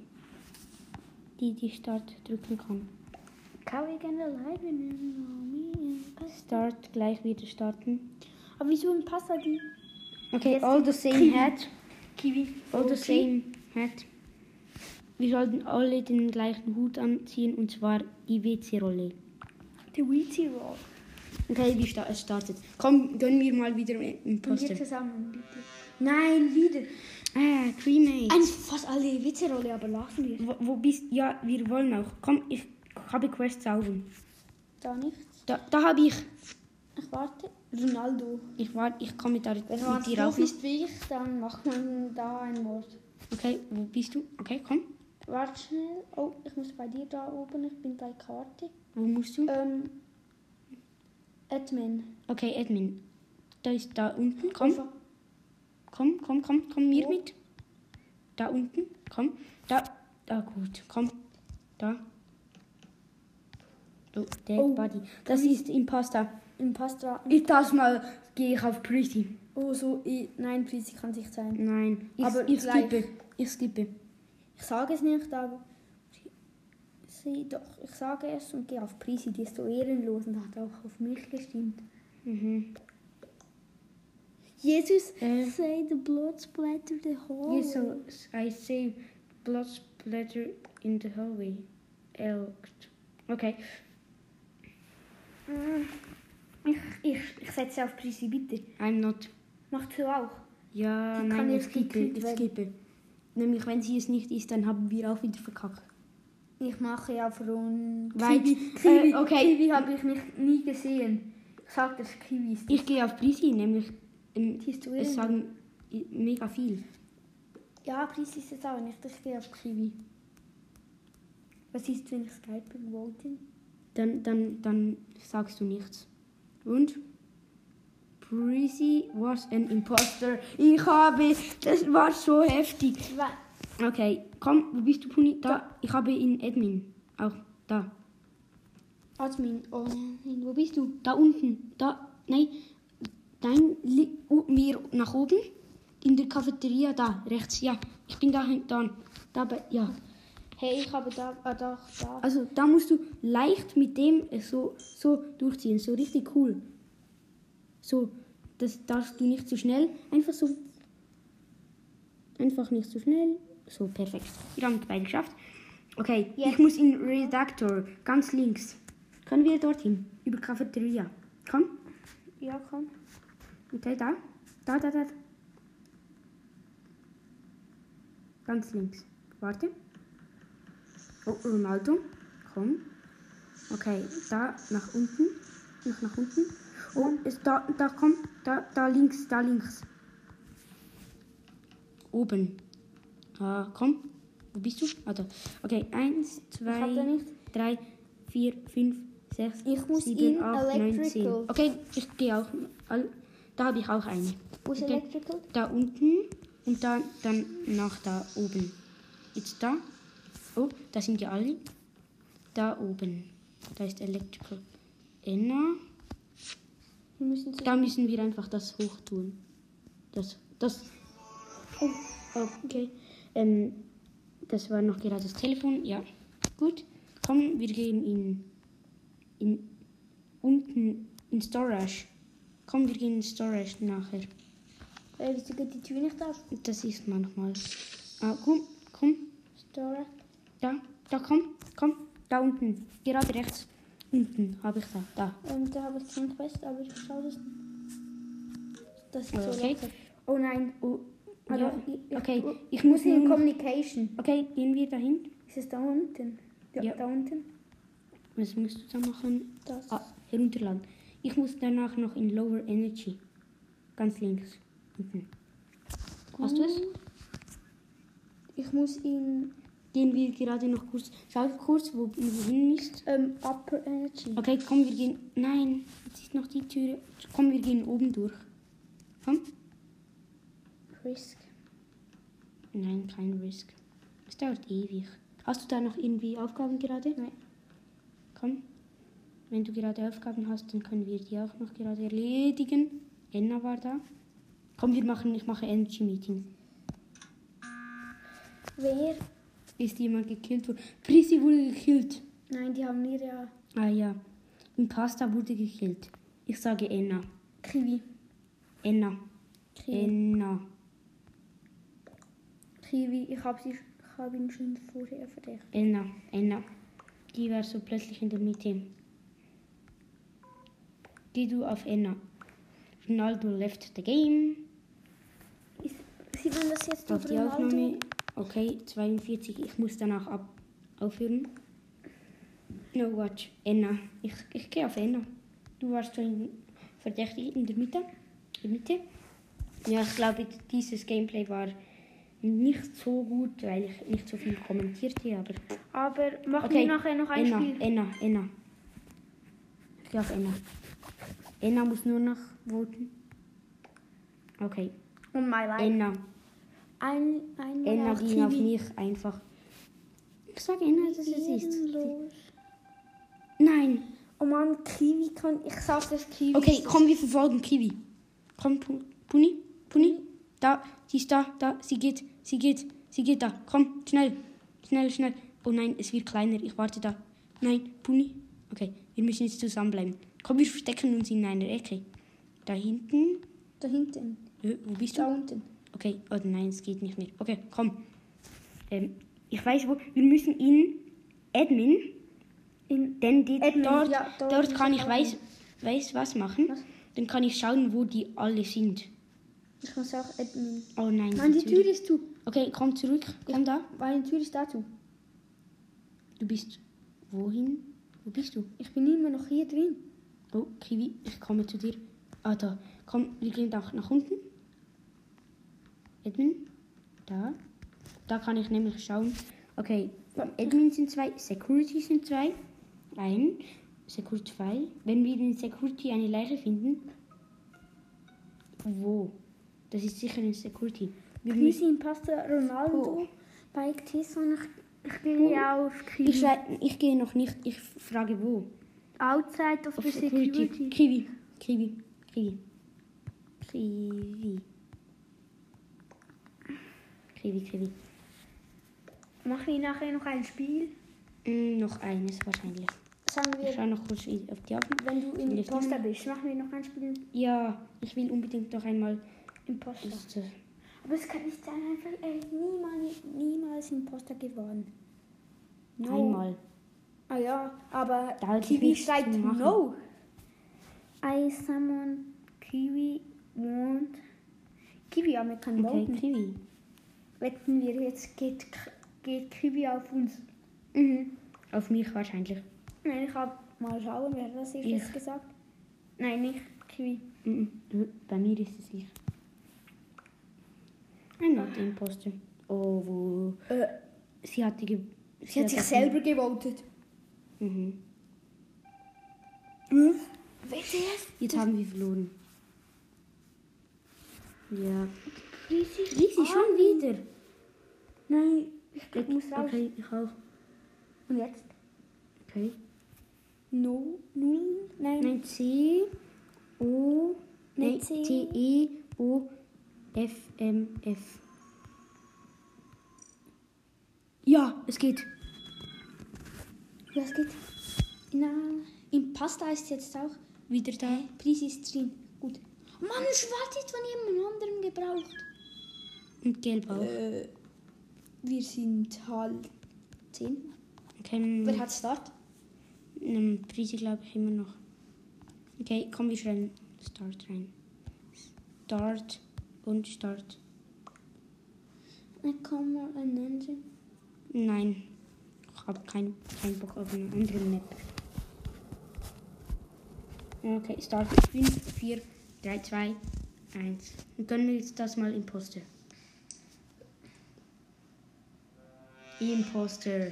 Die, die Start drücken kann. Kann ich gerne live in Start, gleich wieder starten. Aber wieso ein Pasta die? Okay, Jetzt all the same hat. Kiwi. All the same hat. Wir sollten alle den gleichen Hut anziehen und zwar die WC-Rolle. Die Weezy Roll. Okay, wir sta es startet. Komm, gönnen wir mal wieder im Und wir Poster. zusammen, bitte. Nein, wieder. Ah, Cremate. Eigentlich fast alle Weezy Rolle, aber lassen wir. Wo, wo bist Ja, wir wollen auch. Komm, ich habe Quests offen. Da nichts. Da, da habe ich. Ich warte. Ronaldo. Ich war, ich komme mit, der, Wenn man mit dir auf. doof ist wie ich, dann macht man da ein Wort. Okay, wo bist du? Okay, komm. Warte schnell. Oh, ich muss bei dir da oben. Ich bin bei Karte. Wo musst du? Ähm, Admin. Also, Okay, Admin. Da ist da unten. Komm, komm, komm, komm, komm mir Wo? mit. Da unten. Komm. Da. Da gut. Komm. Da. Oh, Dead Oh, Body. Das ist Imposter. Impasta. Ich das mal gehe ich auf Pretty. Oh, so. Ich, nein, Physik kann sich sein. Nein. Ich, Aber ich gleich. skippe. Ich skippe. Ich sage es nicht, aber. Sie, doch, ich sage es und gehe auf Prisi. Die ist so ehrenlos und hat auch auf mich gestimmt. Mhm. Jesus, Äh. say the blood splatter the whole. Jesus, I say blood splatter in the hallway. Elkt. Okay. Mm. Ich, ich, ich setze auf Prisi, bitte. I'm not. Macht sie auch. Ja, Die kann nein, ich jetzt skippe, gekillt ich werden. skippe. Nämlich, wenn sie es nicht ist, dann haben wir auch wieder verkackt. Ich mache auf Rund. Weit. Kiwi, Äh, Kiwi, okay. Kiwi habe ich mich nie gesehen. Ich sag das Kiwi ist. Ich gehe auf Prisi, nämlich ähm, Die ist es drin. sagen i- mega viel. Ja, Preis ist jetzt auch nicht. Ich gehe auf Kiwi. Was ist, wenn ich Skype wollte? Dann, dann, dann sagst du nichts. Und? Prisi was an imposter. Ich habe, das war so heftig. Okay, komm, wo bist du, Puni? Da, ich habe in Admin. Auch da. Admin. Oh. Nein, wo bist du? Da unten. Da. Nein. Nein, li- oh, mir nach oben. In der Cafeteria da, rechts. Ja, ich bin da hin- da. Da bei, ja. Hey, ich habe da. Ah, doch, da. Also da musst du leicht mit dem äh, so, so durchziehen. So richtig cool. So, das darfst du nicht zu schnell. Einfach so. Einfach nicht zu schnell. So, perfekt. Wir haben es beide geschafft. Okay, Jetzt. ich muss in Redaktor, ganz links. Können wir dorthin? Über Cafeteria. Komm. Ja, komm. Okay, da. Da, da, da. Ganz links. Warte. Oh, Ronaldo. Komm. Okay, da nach unten. Noch nach unten. Oh, ist da, da, komm. Da, da links, da links. Oben. Ah, komm. Wo bist du? Ah, da. Okay, eins, hab den zwei, nicht. drei, vier, fünf, sechs, Ich muss sieben, in acht, neun, zehn. Electrical. Okay, ich gehe auch. al- Da habe ich auch eine. Wo ist Okay. Electrical? Da unten und dann, dann nach da oben. Jetzt da. Oh, da sind die alle. Da oben. Da ist Electrical. Enna. Wir müssen zu. Da müssen wir einfach das hoch tun. Das, das. Oh, okay. Ähm, das war noch gerade das Telefon. Ja, gut. Komm, wir gehen in, in unten in Storage. Komm, wir gehen in Storage nachher. Weil wieso geht Äh, die Tür nicht auf? Das ist manchmal. Ah, komm, komm. Storage. Da, da, komm, komm. Da unten. Gerade rechts. Unten habe ich da. Da. Ähm, da habe ich kein Quest, aber ich schaue das. Das ist so Okay. lecker. Oh nein. Oh, Ah, ja. oh, doch, ich- ich- Okay, Mhm. ich muss muss in nun- Communication. Okay, gehen wir dahin. Ist es da unten? Ja, Ja. da unten. Was musst du da machen? Das. Ah, herunterladen. Ich muss danach noch in Lower Energy. Ganz links. Unten. Hast du es? Ich muss in Gehen wir gerade noch kurz. Schau kurz, wo du hin ist. ähm, Upper Energy. Okay, komm, wir gehen. Nein, jetzt ist noch die Tür. Komm, wir gehen oben durch. Komm. Risk. Nein, kein Risk. Es dauert ewig. Hast du da noch irgendwie Aufgaben gerade? Nein. Komm. Wenn du gerade Aufgaben hast, dann können wir die auch noch gerade erledigen. Enna war da. Komm, wir machen, ich mache Energy Meeting. Wer? Ist jemand gekillt worden? Prissy wurde gekillt. Nein, die haben ihre Ah ja. Und Pasta wurde gekillt. Ich sage Enna. Kiwi. Enna. Kiwi. Enna. Kiwi. Ich habe sie, ich habe ihn schon vorher verdächtigt. Enna. Enna. Die war so plötzlich in der Mitte. Geh du auf Enna. Ronaldo left the game. Ist, sieht man das jetzt Auf auf die Ronaldo? Aufnahme. Okay, 42. Ich muss danach ab aufhören. No watch. Enna. Ich, ich gehe auf Enna. Du warst so in, verdächtig in der Mitte. In der Mitte. Ja, ich glaube, dieses Gameplay war nicht so gut, weil ich nicht so viel kommentierte, aber. Aber machen wir nachher noch ein Enna, Spiel. Enna, Enna. Ich gehe auf Enna. Enna muss nur noch voten. Okay. Und my life. Enna. Ein, ein Enna ging auf mich einfach. Ich sage Enna, dass es ist. Los. Nein. Oh Mann, Kiwi kann. Ich sag das Kiwi. Okay, komm, wir verfolgen Kiwi. Komm, Pu- Puni, Puni. Da, sie ist da, da, sie geht, sie geht, sie geht da. Komm, schnell, schnell, schnell. Oh nein, es wird kleiner, ich warte da. Nein, Puni. Okay, wir müssen jetzt zusammenbleiben. Komm, wir verstecken uns in einer Ecke. Da hinten. Da hinten. Äh, Wo bist du? Da unten. Okay, oh nein, es geht nicht mehr. Okay, komm. Ähm, ich weiß wo, wir müssen in Admin. In Denn die, Admin, dort, ja, dort, dort ist kann es ich auch weiß, weiß was machen. Was? Dann kann ich schauen, wo die alle sind. ich muss auch Admin. Oh nein. Nein, die natürlich. Tür ist zu. Okay, komm zurück. Komm da. Meine Tür ist dazu. Du bist. Wohin? Wo bist du? Ich bin immer noch hier drin. Oh, Kiwi, ich komme zu dir. Ah, da. Komm, wir gehen nach, nach unten. Edmund. Da. Da kann ich nämlich schauen. Okay, von Edmund sind zwei, Security sind zwei. Ein, Security zwei. Wenn wir in Security eine Leiche finden. Wo? Das ist sicher in Security. Wir Wir müssen. sind Pasta Ronaldo Oh. bei Tess und ich, ich gehe auf Kiwi. Ich, schrei- ich gehe noch nicht. Ich frage wo. Outside of Auf the Security. Security. Kiwi. Kiwi. Kiwi. Kiwi. Kiwi, Kiwi. Machen wir nachher noch ein Spiel. Mm, noch eines wahrscheinlich. Sagen Ich wir, schau noch kurz in- auf die Aufnahme. wenn du in Lift Pasta nehmen. bist, machen wir noch ein Spiel Ja, ich will unbedingt noch einmal. in Pasta. Das, äh, das- Aber es kann nicht sein, einfach er ist niemals, niemals in Pasta geworden. No. Einmal. Ah ja, aber Da hätte ich Kiwi nichts sagt zu machen. no. I summon Kiwi und Kiwi, aber wir können Okay, voten. Kiwi. Wetten wir jetzt, geht, K- geht Kiwi auf uns? Mhm. Auf mich wahrscheinlich. Nein, ich habe mal schauen, wer das Ich. ist jetzt gesagt. Nein, nicht Kiwi. Mhm. Bei mir ist es ich. Ein not imposter. Oh, wo. Äh, Sie hat die. Ge sie hat sich das- selber gewotet. Mhm. Weißt du es? Jetzt haben wir verloren. Ja. Riesig. Lisi, schon wieder. Nein. Ich muss raus. Okay, ich auch. Ah. Und jetzt? Okay. No, null, nein. Nein, C, O, Nein, nein, C. T, E, O, F, M, F. Ja, es geht. Was geht? Nein. Im Pasta ist jetzt auch Äh, Wieder da. Preis ist drin. Gut. Mann, schwarz ist von jemand anderem gebraucht. Und gelb auch. Äh, wir sind halt 10. Okay, Wer hat Start? ähm, Prise glaube ich immer noch. Okay, komm, wir schreiben Start rein. Start und Start. Dann kommen wir ein Menschen. Nein, ich habe keinen kein Bock auf eine andere Map. Okay, Start 5, 4, 3, 2, 1. Dann können wir jetzt das mal Imposter. Imposter.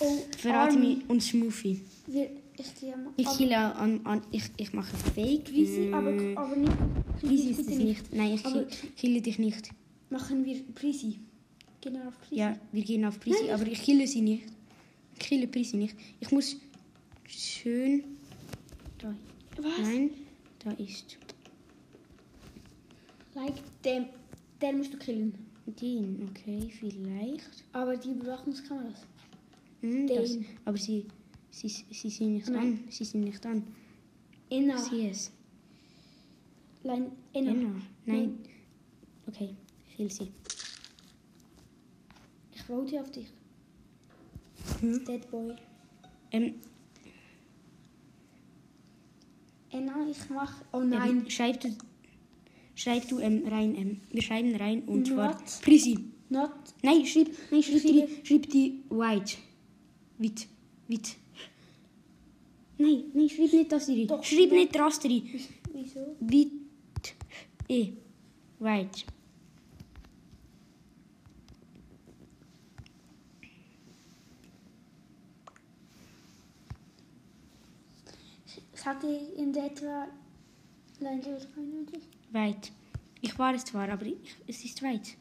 Oh, Verrate Armin. mich und Smoothie. Wir, ich gehe mal. Ich aber, kille an, an ich, ich mache Fake. Risi, aber, Mm, aber nicht. Risi ist bitte es nicht. Nein, ich Aber- ki- kille dich nicht. Machen wir Prisi. Genau auf Prisi. Ja, wir gehen auf Prisi, aber ich kille sie nicht. Ich kille Prisi nicht. Ich muss schön. Da. Was? Nein, da ist Like, den, den musst du killen. den. Okay, vielleicht. Aber die Überwachungskameras. Hm, das, Den. aber sie, sie, sie sind nicht Nein. an. Sie sind nicht an. Inna. Sie es. Nein, Ja. Inna. Genau. Nein. Okay, viel sie. Ich vote auf dich. Hm? Dead Boy. Ähm, Inna, ich mach. Oh nein. nein. Ähm, schreib du, schreib du ähm, rein. Ähm. Wir schreiben rein und zwar Not. Prisi. Not. Nein, schreib, nein, schreib, Viele- die, schreib die White. Wit. Wit. Nein, nein, schreib nicht das rein. Doch, schreib nicht das rein. Wieso? Wit. E. White. Sag ich in der etwa. Nein, du bist kein nötig. White. Ich war es zwar, aber ich, es ist White.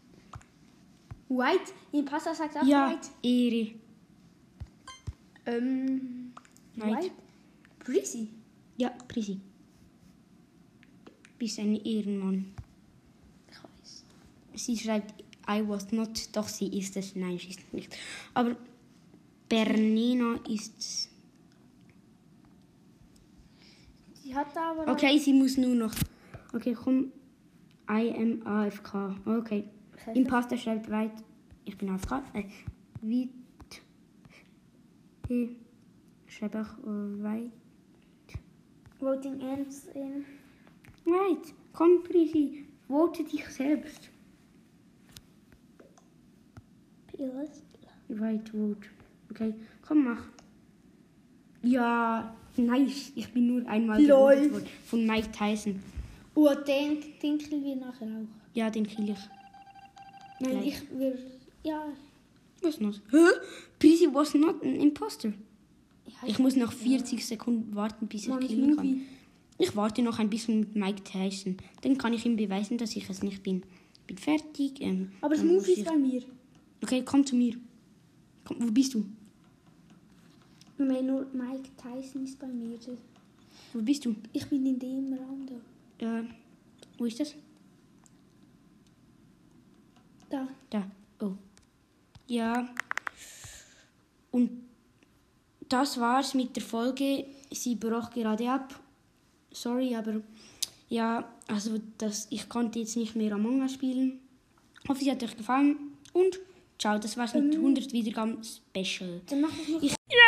White? In Pasta sagt auch ja, White. Ehre. Ähm. White. White? Breezy. Ja, Prisi. Bist ein Ehrenmann. Ich weiß. Sie schreibt, I was not, doch sie ist es. Nein, sie ist nicht. Aber Bernina ist Die hat aber. Okay, sie muss nur noch. Okay, komm. I am AFK. Okay. Was heißt Imposter schreibt weit. Ich bin AFK. Äh, weit. Ich schreibe auch äh, weit. Voting ends in. Weit. Komm, Prisi. Vote dich selbst. PLS. Weit, vote. Okay, komm, mach. Ja, nice. Ich bin nur einmal Lol. geoutet worden von Mike Tyson. Oh, den Dinkel wir nachher auch. Ja, den kill ich. Nein, Gleich. ich will. Ja. Was not? Hä? Prisi was not an imposter. Ja, Ich muss noch 40 Sekunden warten, bis ich Mann, killen Smoothie. kann. Ich warte noch ein bisschen mit Mike Tyson. Dann kann ich ihm beweisen, dass ich es nicht bin. Bin fertig. Ähm, Aber dann muss Smoothie ist ich- bei mir. Okay, komm zu mir. Komm, wo bist du? Nein, nur Mike Tyson ist bei mir. Wo bist du? Ich bin in dem Raum da. Äh, wo ist das? Da. Da. Oh. Ja. Und das war's mit der Folge. Sie brach gerade ab. Sorry, aber ja, also das, ich konnte jetzt nicht mehr Among Us spielen. Hoffe, sie hat euch gefallen und ciao, das war's mit 100 Wiedergaben Special. Dann mach ich noch. Ich- ja!